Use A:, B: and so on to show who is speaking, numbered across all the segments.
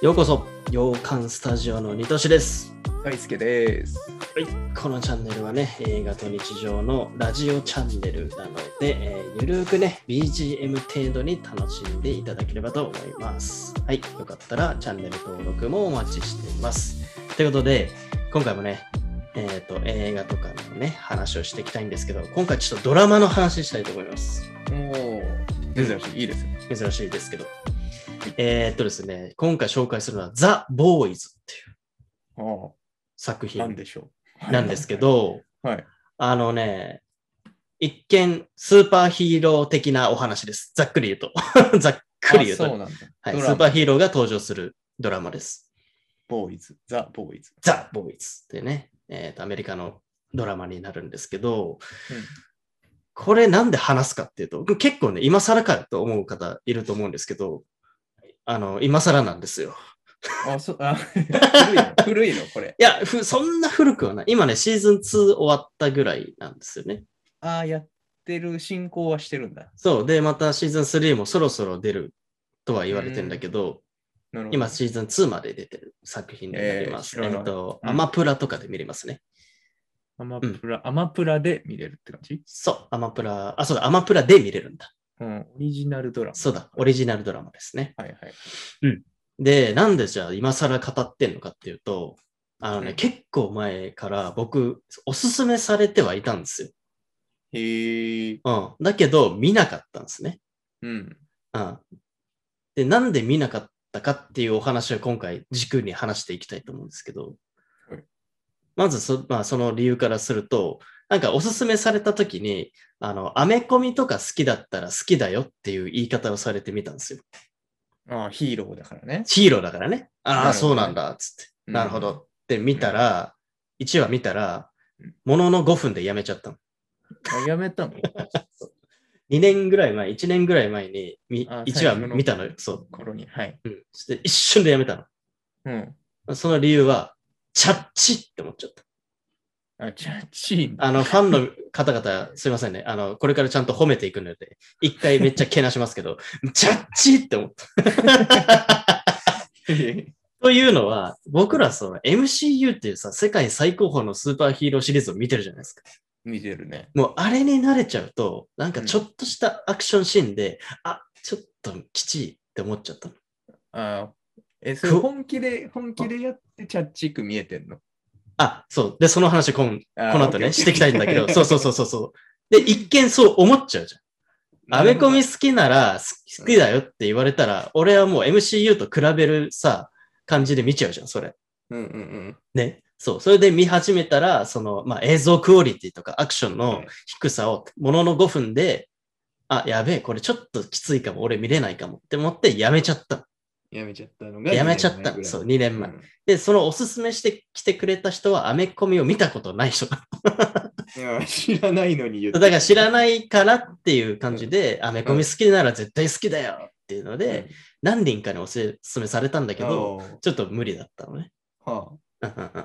A: ようこそ洋館スタジオのニトシです
B: 大輔です。
A: はい、このチャンネルはね、映画と日常のラジオチャンネルなので、えーゆるーくね、BGM 程度に楽しんでいただければと思います。はい、よかったらチャンネル登録もお待ちしています。ということで、今回もね、えっ、と、映画とかのね、話をしていきたいんですけど、今回ちょっとドラマの話したいと思います。
B: もう、珍しい、いいですね。
A: 珍しいですけど。えーっとですね、今回紹介するのは、ザ・ボーイズっていう
B: ああ、
A: 作品
B: なんでしょう。
A: なんですけ。ど、
B: はい。
A: あのね、一見、スーパーヒーロー的なお話です。ざっくり言うと。 ざっくり言
B: あ
A: う
B: そう
A: と、
B: なんだ。
A: はい。
B: ド
A: ス
B: ラマ
A: ーパーヒーローが登場するドラマです。
B: ボーイズ、ザ・ボーイズ。
A: ザ・ボーイズってね、えーと、アメリカのドラマになるんですけど、
B: うん
A: これなんで話すかっていうと、結構ね、今更かと思う方いると思うんですけど、あの、今更なんですよ。
B: あ、そう、あ、 古いの、古いの、これ。
A: いや、ふそんな古くはない。今ね、シーズン2終わったぐらいなんですよね。
B: ああ、やってる、進行はしてるんだ。
A: そう。で、またシーズン3もそろそろ出るとは言われてんだけど、
B: なるほど。
A: 今シーズン2まで出てる作品になります。え
B: えー
A: っ、
B: 知らない
A: と、
B: うん
A: アマプラとかで見れますね。
B: アマプラ、アマプラで見れるって感じ
A: そう、アマプラ、あ、そうだ、アマプラで見れるんだ。
B: うん、オリジナルドラ
A: そうだ、オリジナルドラマですね。
B: マ。はいはい。
A: で、なんでじゃあ今更語ってんのかっていうと、あのね、
B: うん
A: 結構前から僕、おすすめされてはいたんですよ。
B: へえ、
A: うん。だけど、見なかったんですね。
B: うん。
A: うん。で、なんで見なかったかっていうお話を今回軸に話していきたいと思うんですけど
B: はい、
A: まずそ,、まあ、その理由からすると、なんかおすすめされた時に、あの、アメコミとか好きだったら好きだよっていう言い方をされてみたんですよ。
B: ああ、ヒーローだからね。
A: ヒーローだからね。ああ、
B: なるほ
A: そう
B: どね
A: なんだ、つって。
B: うん
A: なるほど。って見たら、1話見たら
B: うん、
A: ものの5分でやめちゃったの。
B: あやめたの
A: 2年ぐらい前、1年ぐらい前に
B: あ
A: 1話
B: 最初の
A: 見たのよ。そう。
B: 頃に。はい。
A: うん。そして一瞬でやめたの。
B: うん。
A: その理由は、チャッチって思っちゃった。
B: あ、チャッチーン。
A: あの、ファンの方々、すいませんね。あの、これからちゃんと褒めていくので、一回めっちゃけなしますけど、 チャッチって思った。というのは、僕らその MCU っていうさ、世界最高峰のスーパーヒーローシリーズを見てるじゃないですか。
B: 見てるね。
A: もうあれに慣れちゃうと、なんかちょっとしたアクションシーンで、あ、ちょっときちいって思っちゃったの。
B: ああ。え、それ
A: く
B: 本気で、本気でやってチャッチく見えてんの
A: あ、そう。で、その話今、こ
B: ああ
A: の後
B: オ
A: ね、
B: ッケー
A: していきたいんだけど、そうそうそうそうそう。で、一見そう思っちゃうじゃん。アメコミ好きなら好きだよって言われたら、俺はもう MCU と比べるさ、感じで見ちゃうじゃん、それ。
B: うんうんうん。
A: ね。そう。それで見始めたら、その、まあ、映像クオリティとかアクション
B: は
A: の
B: い
A: 低さを、ものの5分で、あ、やべえ、これちょっときついかも、俺見れないかもって思ってやめちゃった。
B: やめちゃったのが。
A: やめちゃった。そう、2年前。で、そのおすすめしてきてくれた人は、アメコミを見たこと ない人だ。
B: うん。知らないのに言って。
A: だから知ら
B: い
A: ないからっていう感じで、アメコミ好きなら絶対好きだよっていうので、何人かにおすすめされたんだけど、ちょっと無理だったのね。
B: は
A: うんうんうん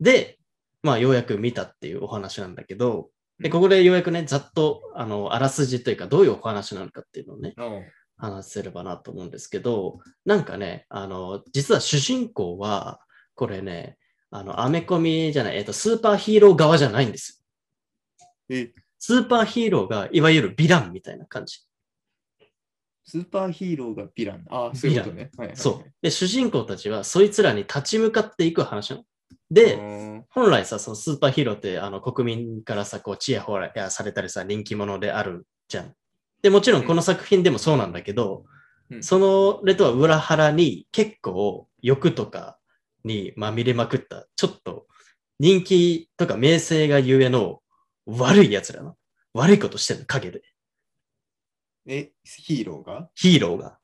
A: で、まあ、ようやく見たっていうお話なんだけど、で、ここでようやくね、ざっと、あの、あらすじというか、どういうお話なのかっていうのをね、
B: あ。うん
A: 話せればなと思うんですけど、なんかね、あの、実は主人公は、これね、あの、アメコミじゃない、えっ、と、スーパーヒーロー側じゃないんですよ。
B: え、
A: スーパーヒーローが、いわゆるヴィランみたいな感じ。
B: スーパーヒーローがヴィラン。ああ、そういうことね。はいはいはい
A: そう。で、主人公たちは、そいつらに立ち向かっていく話なの。で、
B: うん
A: 本来さ、そのスーパーヒーローってあの国民からさ、こう、ちやほらやされたりさ、人気者であるじゃん。で、もちろんこの作品でもそうなんだけど、
B: うん
A: そのれとは裏腹に結構欲とかにまみれまくった、ちょっと人気とか名声がゆえの悪い奴らの。悪いことしてるの、影で。
B: え、ヒーローが
A: ヒーローが。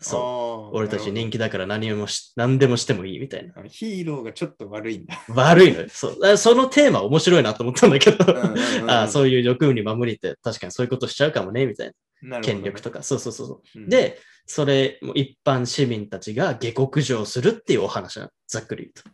A: そう。
B: そう
A: 俺たち人気だから何もし、何でもしてもいいみたいな。
B: ヒーローがちょっと悪いんだ。
A: 悪いのよ。そう。だからそのテーマ面白いなと思ったんだけど。 ああそういう欲に守りって確かにそういうことしちゃうかもねみたいな
B: う
A: 権力と
B: か。
A: か、そうそうそうそうう、
B: ん、
A: でそれも一般市民たちが下克上するっていうお話なのざっくり言う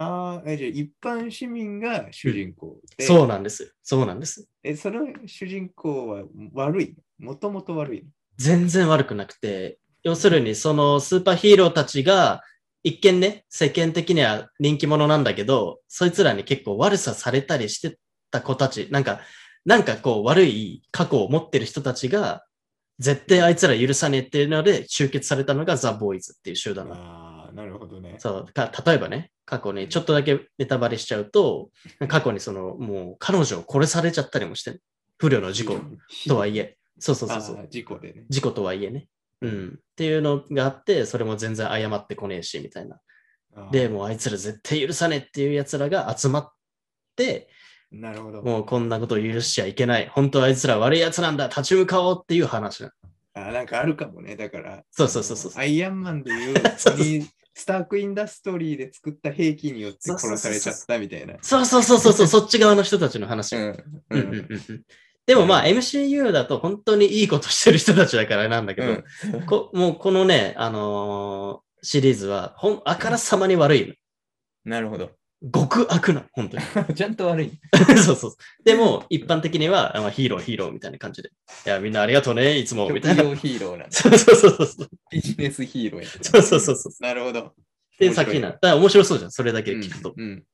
B: ああ、えじゃあ一般市民が主人公
A: と
B: で。
A: そう
B: う。
A: なんですそうなんです
B: え、その主人公は悪いもともと悪いの。
A: 全然悪くなくて、要するにそのスーパーヒーローたちが、一見ね、世間的には人気者なんだけど、そいつらに結構悪さされたりしてた子たち、なんか、なんかこう悪い過去を持ってる人たちが、絶対あいつら許さねえっていうので集結されたのがザ・ボーイズっていう集団なの。
B: ああ、なるほどね。
A: そうか例えばね、過去にちょっとだけネタバレしちゃうと、過去にそのもう彼女を殺されちゃったりもしてる、不慮の事故とはいいえ、そうそう
B: え
A: そうそう。
B: 事故でね。
A: 事故とはいえね。うん。っていうのがあって、それも全然謝ってこねえし、みたいな。
B: あー
A: で、、もうあいつら絶対許さねえっていう奴らが集まって、
B: なるほど。
A: もうこんなことを許しちゃいけない。本当はあいつら悪い奴なんだ。立ち向かおうっていう話なの。
B: あーなんかあるかもね。だから、
A: そうそうそうそう
B: あのアイアンマンでいう
A: そうそう
B: にスターク・インダストリーで作った兵器によって殺されちゃったみたいな。
A: そうそうそうそうそう、そっち側の人たちの話。うん
B: ん。
A: うんうんうんでもまあ MCU だと本当にいいことしてる人たちだからなんだけど、
B: うん
A: こもうこのね、あのーシリーズはほんあからさまに悪い
B: なるほど。
A: の。極悪なの、本当に。
B: ちゃんと悪い。
A: そうそう。でも、一般的には、まあ、ヒーロー、ヒーローみたいな感じで。いや、みんなありがとうね、いつも、みたいな。
B: ヒーローなん だ
A: そうそうそうそう。
B: ビジネスヒーローやってる
A: そうそうそうそう。
B: なるほど。
A: で、
B: 面白い
A: 先な。だから面白そうじゃん、それだけ聞くと。
B: うん。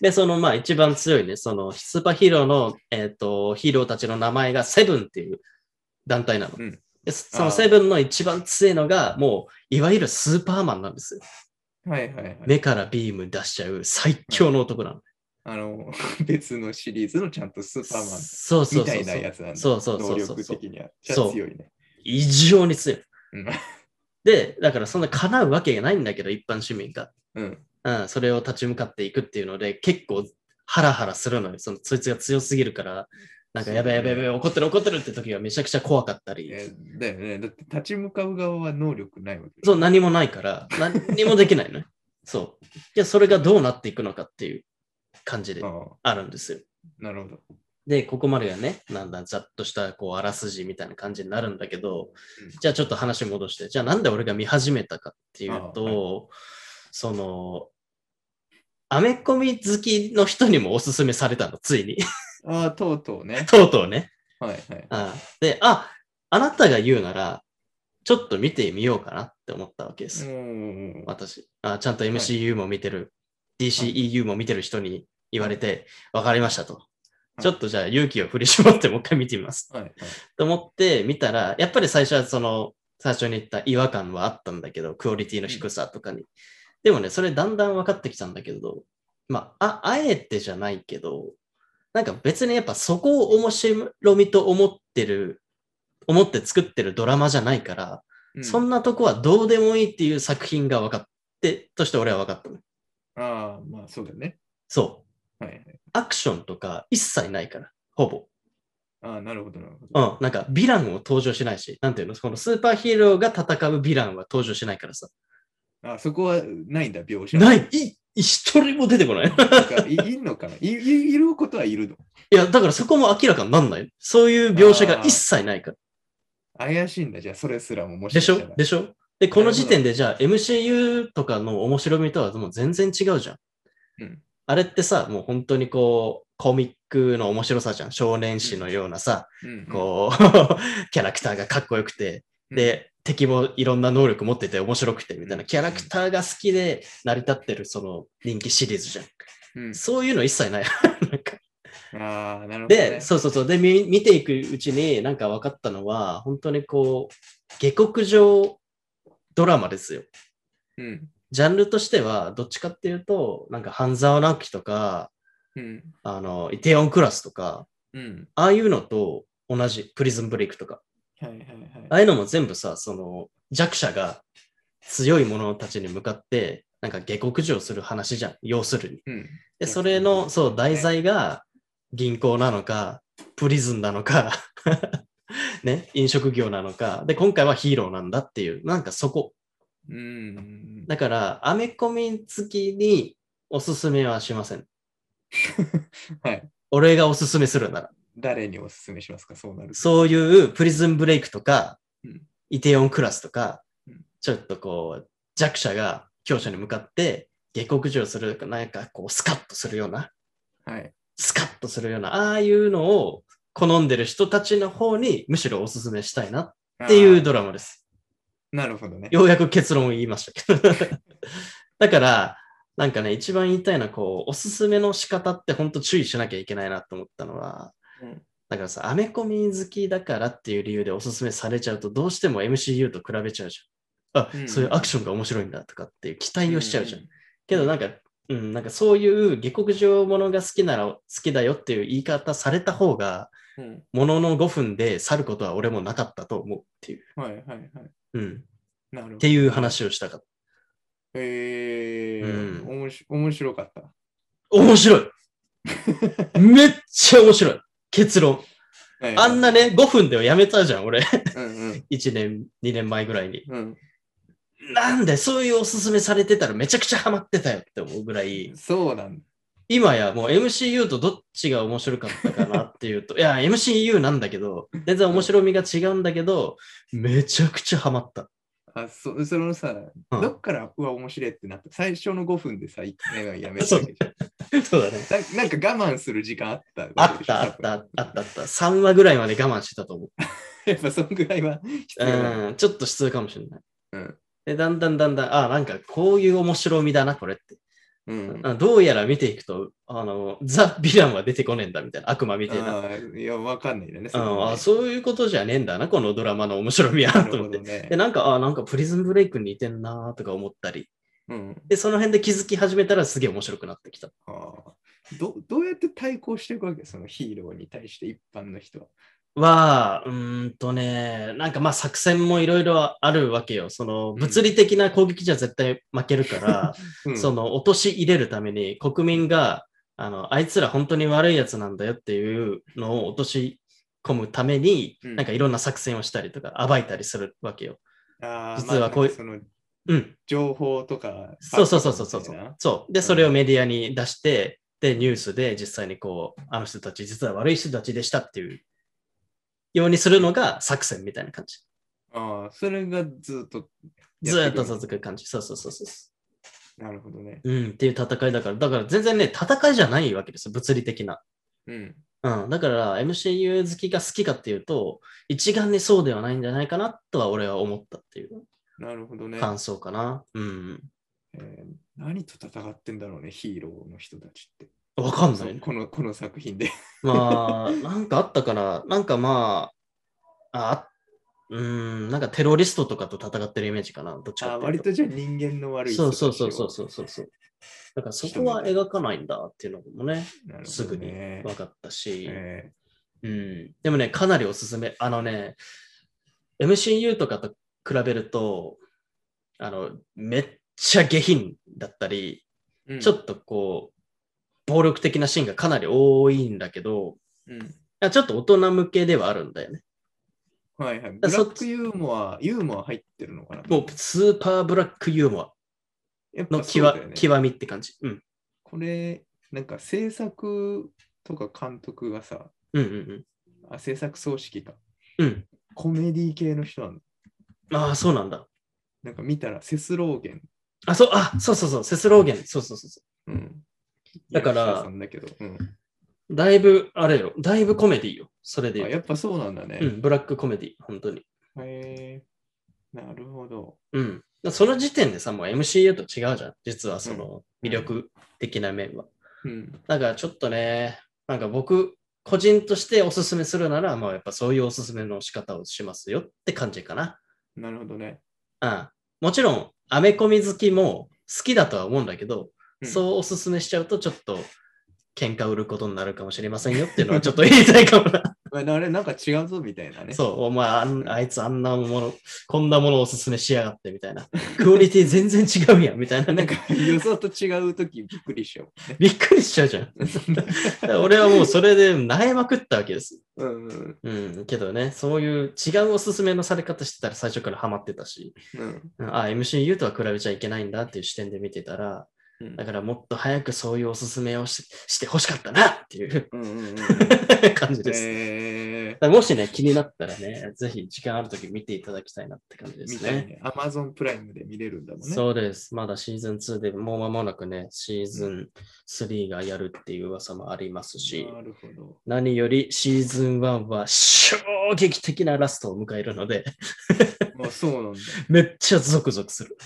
A: で、その、まあ、一番強いね、その、スーパーヒーローの、えっ、と、ヒーローたちの名前がセブンっていう団体なの。
B: うん
A: でそ
B: あ
A: の
B: ー
A: セブンの一番強いのが、もう、いわゆるスーパーマンなんですよ。
B: うんはいはいはい。
A: 目からビーム出しちゃう最強の男なの。
B: あの、 別のシリーズのちゃんとスーパーマン
A: そうそうそうそう。
B: みたいなやつなんだ。
A: そうそうそう
B: 能
A: そう
B: 力
A: そう。
B: 的には。じゃあ
A: そう
B: 強いね。
A: 異常に強い。
B: うん
A: で、だからそんな叶うわけがないんだけど、一般市民が。
B: うん。
A: うん、それを立ち向かっていくっていうので、結構ハラハラするのよ。そのそいつが強すぎるから、なんか
B: そう
A: やべやべやべ、怒ってる怒ってるって時はめちゃくちゃ怖かったり、
B: えだよね。だって立ち向かう側は能力ないわけ。
A: そう、何もないから、何にもできないのね。そう。じゃあそれがどうなっていくのかっていう感じで
B: ああ
A: あるんですよ。
B: なるほど。
A: で、ここまでがね、なんだ、ざっとした、こう、あらすじみたいな感じになるんだけど
B: うん、
A: じゃあちょっと話戻して、じゃあなんで俺が見始めたかっていう
B: ああ
A: と、その、アメコミ好きの人にもおすすめされたの、ついに。
B: ああ、とうとうね。
A: とうとうね。
B: はいはい。
A: ああで、あ、あなたが言うなら、ちょっと見てみようかなって思ったわけです。
B: うん。
A: 私あ。ちゃんと MCU も見てる、DCEU も見てる人に言われて、わかりましたと。
B: い
A: ちょっとじゃあ勇気を振り絞ってもう一回見てみます。
B: はいはい。
A: と思って見たら、やっぱり最初はその、最初に言った違和感はあったんだけど、クオリティの低さとかに。でもね、それだんだん分かってきたんだけど、まあ、あ、あえてじゃないけど、なんか別にやっぱそこを面白みと思ってる、思って作ってるドラマじゃないから、
B: うん
A: そんなとこはどうでもいいっていう作品が分かって、として俺は分かったの。
B: ああ、まあそうだね。
A: そ
B: はいはい。
A: う。アクションとか一切ないから、ほぼ。
B: ああ、なるほどなるほど。
A: うん、なんか、ヴィランを登場しないし、なんていうの、このスーパーヒーローが戦うヴィランは登場しないからさ。
B: ああそこはないんだ、描写。
A: ないい一人も出てこない。
B: なんかいいんのかないいいることはいるの。
A: いや、だからそこも明らかになんない。そういう描写が一切ないから。
B: 怪しいんだ、じゃあそれすらももし
A: で
B: か
A: しょ
B: たら
A: でしょで、この時点でじゃあ MCU とかの面白みとはもう全然違うじゃん。
B: うん
A: あれってさ、もう本当にこう、コミックの面白さじゃん。少年誌のようなさ、
B: うん
A: こ う、キャラクターがかっこよくて、
B: うん
A: で、敵もいろんな能力持ってて面白くてみたいな、キャラクターが好きで成り立ってるその人気シリーズじゃん。
B: うん
A: そういうの一切ない。 なんか
B: ああ、なるほど、ね。
A: で、そうそうそう。で、み見ていくうちになんか分かったのは、本当にこう、下克上ドラマですよ。
B: うん。
A: ジャンルとしては、どっちかっていうと、なんか半沢直樹とか、
B: うん。
A: あの、イテオンクラスとか、
B: うん。
A: ああいうのと同じ、プリズンブレイクとか。
B: はいはい
A: あ
B: はい。
A: あいうのも全部さ、その弱者が強い者たちに向かって、なんか下克上する話じゃん、要するに。
B: うん。
A: で、それの、そう、題材が銀行なのか、プリズンなのか、 ね、飲食業なのか、で、今回はヒーローなんだっていう、なんかそこ。
B: うん。
A: だから、アメコミ好きにおすすめはしません。
B: はい。
A: 俺がおすすめするなら。
B: 誰におすすめしますかそうなると。
A: そういうプリズンブレイクとか、
B: うん
A: イテオンクラスとか
B: うん、
A: ちょっとこう、弱者が強者に向かって下克上する、なんかこう、スカッとするような、
B: はい。
A: スカッとするような、ああいうのを好んでる人たちの方にむしろおすすめしたいなっていうドラマです。
B: あーなるほどね。
A: ようやく結論を言いましたけど。 だから、なんかね、一番言いたいのは、こう、おすすめの仕方って本当注意しなきゃいけないなと思ったのは、
B: うん
A: だからさ、アメコミ好きだからっていう理由でおすすめされちゃうと、どうしても MCU と比べちゃうじゃん。あ、
B: うん
A: そういうアクションが面白いんだとかっていう期待をしちゃうじゃん。
B: ん。
A: けどなんか、うん、なんかそういう下克上ものが好きなら好きだよっていう言い方された方が、
B: うん
A: ものの5分で去ることは俺もなかったと思うっていう。
B: はいはいはい。
A: うん。
B: なるほ
A: っ
B: ど
A: て。いう話をしたかった。
B: えー、
A: うん
B: おもし面白かった。
A: 面白いめっちゃ面白い結論。
B: はい
A: あんな。ね、5分ではやめたじゃん、俺。
B: うんうん
A: 1年、2年前ぐらいに。
B: うん
A: なんで、そういうおすすめされてたらめちゃくちゃハマってたよって思うぐらい、
B: そうなんだ。
A: 今やもう MCU とどっちが面白かったかなっていうと、いや、MCU なんだけど、全然面白みが違うんだけど、めちゃくちゃハマった。
B: あそそのさ、
A: うん
B: どっからうわ、面白いってなった最初の5分でさ、1回はやめたわけじゃん
A: そうだね。
B: ななんか我慢する時間あった
A: あ
B: わけ
A: っ
B: でしょ。
A: たあったあ
B: 多
A: っ
B: 分
A: たあったあった。3話ぐらいまで我慢してたと思う。
B: やっぱそのぐらいは必要だ。
A: うん、ちょっと質かもしれない。
B: うん
A: で、だんだんだんだん、あなんかこういう面白みだな、これって。
B: うん。
A: あどうやら見ていくと、あの、ザ・ヴィランは出てこねえんだみたいな、悪魔みたいな。
B: あーいや、わかんないよね。
A: うんあそういうことじゃねえんだな、このドラマの面白みは、
B: な
A: と思
B: るほ
A: って
B: ど。ね
A: で、。なんか、あなんかプリズムブレイクに似てんなとか思ったり。
B: うん、
A: で、その辺で気づき始めたらすげえ面白くなってきた。
B: あーどどうやって対抗していくわけそのヒーローに対して一般の人は。
A: は、うーんとね、なんかまあ作戦もいろいろあるわけよ。その、物理的な攻撃じゃ絶対負けるから、
B: うん、
A: その落とし入れるために国民があのあいつら本当に悪いやつなんだよっていうのを落とし込むために、
B: うん
A: なんかいろんな作戦をしたりとか暴いたりするわけよ。
B: あー
A: 実はこういう
B: まあその
A: うん、
B: 情報とか。
A: そうそうそうそうそう
B: ファ
A: そ
B: クトみたいな
A: う。そうで、それをメディアに出して、で、ニュースで実際にこう、あの人たち、実は悪い人たちでしたっていうようにするのが作戦みたいな感じ。
B: ああ、それがずっと。
A: ずーっと。続く感じ。そうそうそうそう。
B: なるほどね。
A: うん、っていう戦いだから、だから全然ね、戦いじゃないわけですよ、物理的な。
B: うん。
A: うん、だから MCU 好きが好きかっていうと、一概にそうではないんじゃないかなとは俺は思ったっていう
B: なるほどね。
A: 感想かな。うん。
B: えー何と戦ってんだろうね、ヒーローの人たちって。
A: わかんな
B: そう
A: い。
B: このこの作品で。
A: まあ、 なんかあったから、なんかまあ、あうん、なんかテロリストとかと戦ってるイメージかな、どっちか
B: あ
A: っていう
B: 割とじゃあ人間の悪い
A: そ
B: 人
A: う
B: たち
A: そ
B: を
A: うそうそうそうそうそう。だからそこは描かないんだっていうのもね、
B: なるほどね
A: すぐに分かったし。
B: え
A: うん、でもね、かなりおすすめ。あのね、MCU とかと比べると、あの、めっちゃ下品だったり、
B: ーうん
A: ちょっとこう、暴力的なシーンがかなり多いんだけど、
B: うん
A: あちょっと大人向けではあるんだよね。
B: はいはい。ブ
A: ら
B: ラ
A: そっ
B: ックユーモア、ユーモア入ってるのかな
A: もう、スーパーブラックユーモア
B: やっぱ
A: の
B: そう
A: 極,、
B: だよね
A: 極みって感じ。うん。
B: これ、なんか制作とか監督がさ、
A: うんうん
B: あ制作総指揮か、
A: うん。うん。
B: コメディ系の人なんだ。
A: ああ、そうなんだ。
B: なんか見たら、セスローゲン。
A: あ、そう、あ、そうそうそう、セスローゲン。そうそうそうそ
B: うん、
A: だから
B: 役者さんだけど、うん
A: う。だいぶ、あれよ、だいぶコメディよ。それで言
B: あ
A: う
B: やっぱそうなんだね。
A: と。うん、ブラックコメディ、本当に。
B: へえなるほど。
A: うん。その時点でさ、もう MCU と違うじゃん。実はその
B: うん
A: 魅力的な面は。
B: うん。
A: だからちょっとね、なんか僕、個人としておすすめするなら、まあやっぱそういうおすすめの仕方をしますよって感じかな。
B: なるほどね。
A: うん。もちろん、アメコミ好きも好きだとは思うんだけど、
B: うん
A: そうおすすめしちゃうとちょっと喧嘩売ることになるかもしれませんよっていうのはちょっと言いたいか もな。
B: まああれ、なんか違うぞみたいなね。
A: そう、お前あん、あいつあんなもの、こんなものをおすすめしやがってみたいな。クオリティ全然違うやんみたいな。なん
B: な
A: んか
B: か予想と違うときびっくりしちゃう。
A: びっくりしちゃうじゃん。 だから俺はもうそれで萎えまくったわけです。
B: うんうん
A: うん。けどね、そういう違うおすすめのされ方してたら最初からハマってたし、
B: うん
A: うんあ、MCU とは比べちゃいけないんだっていう視点で見てたら、
B: うん
A: だからもっと早くそういうおすすめをししてほしかったなっていう
B: うんうんうんうん。
A: 感じです。
B: え
A: だからもしね、気になったらね、ぜひ時間あるとき見ていただきたいなって感じで
B: ー、み
A: す
B: たい
A: ね。
B: ね。Amazon プライムで見れるんだもんね。
A: そうです。まだシーズン2でもう間もなくね、シーズン3がやるっていう噂もありますし、
B: なるほど。
A: 何よりシーズン1は衝撃的なラストを迎えるので、
B: まあそうなんだ。
A: めっちゃゾクゾクする。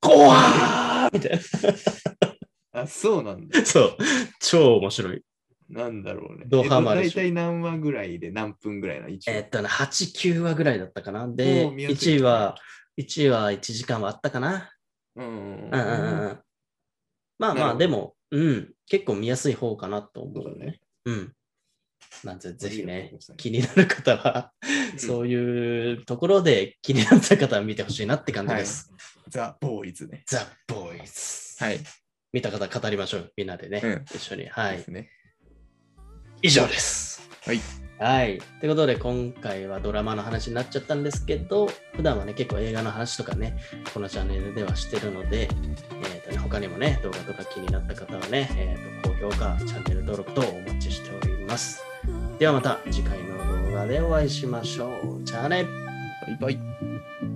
A: 怖ーみたいな。
B: あ、そうなんだ。
A: そう。超面白い。
B: なんだろうね。
A: ドハマで
B: えっ
A: し
B: と
A: ょ
B: 大体何話ぐらいで何分ぐらいな一応。
A: えっとね、8、9話ぐらいだったかな。で、
B: おー見やすい
A: 1位は、1は1時間はあったかな。
B: うん
A: うんうんうん。
B: うんうん
A: まあ
B: なる
A: ま
B: ほ
A: あ、
B: ど
A: でも、うん、結構見やすい方かなと思う
B: そうだ
A: ね
B: ね。
A: うん。なんで、ぜひね、気
B: 気
A: になる方は、
B: ん
A: そういうところで気になった方は見てほしいなって感じです。
B: ザ・ボーイズね。
A: ザ・ボーイズ。
B: はい。
A: 見た方語りましょう。みんなでね、
B: うん
A: 一緒に。はい
B: で。すね。
A: 以上です。
B: はい。
A: はい。ということで、今回はドラマの話になっちゃったんですけど、普段はね、結構映画の話とかね、このチャンネルではしてるので、えーとね、他にもね、動画とか気になった方はね、えーと高評価、チャンネル登録とお待ちしております。ではまた次回の動画でお会いしましょう。じゃあね。
B: バイバイ。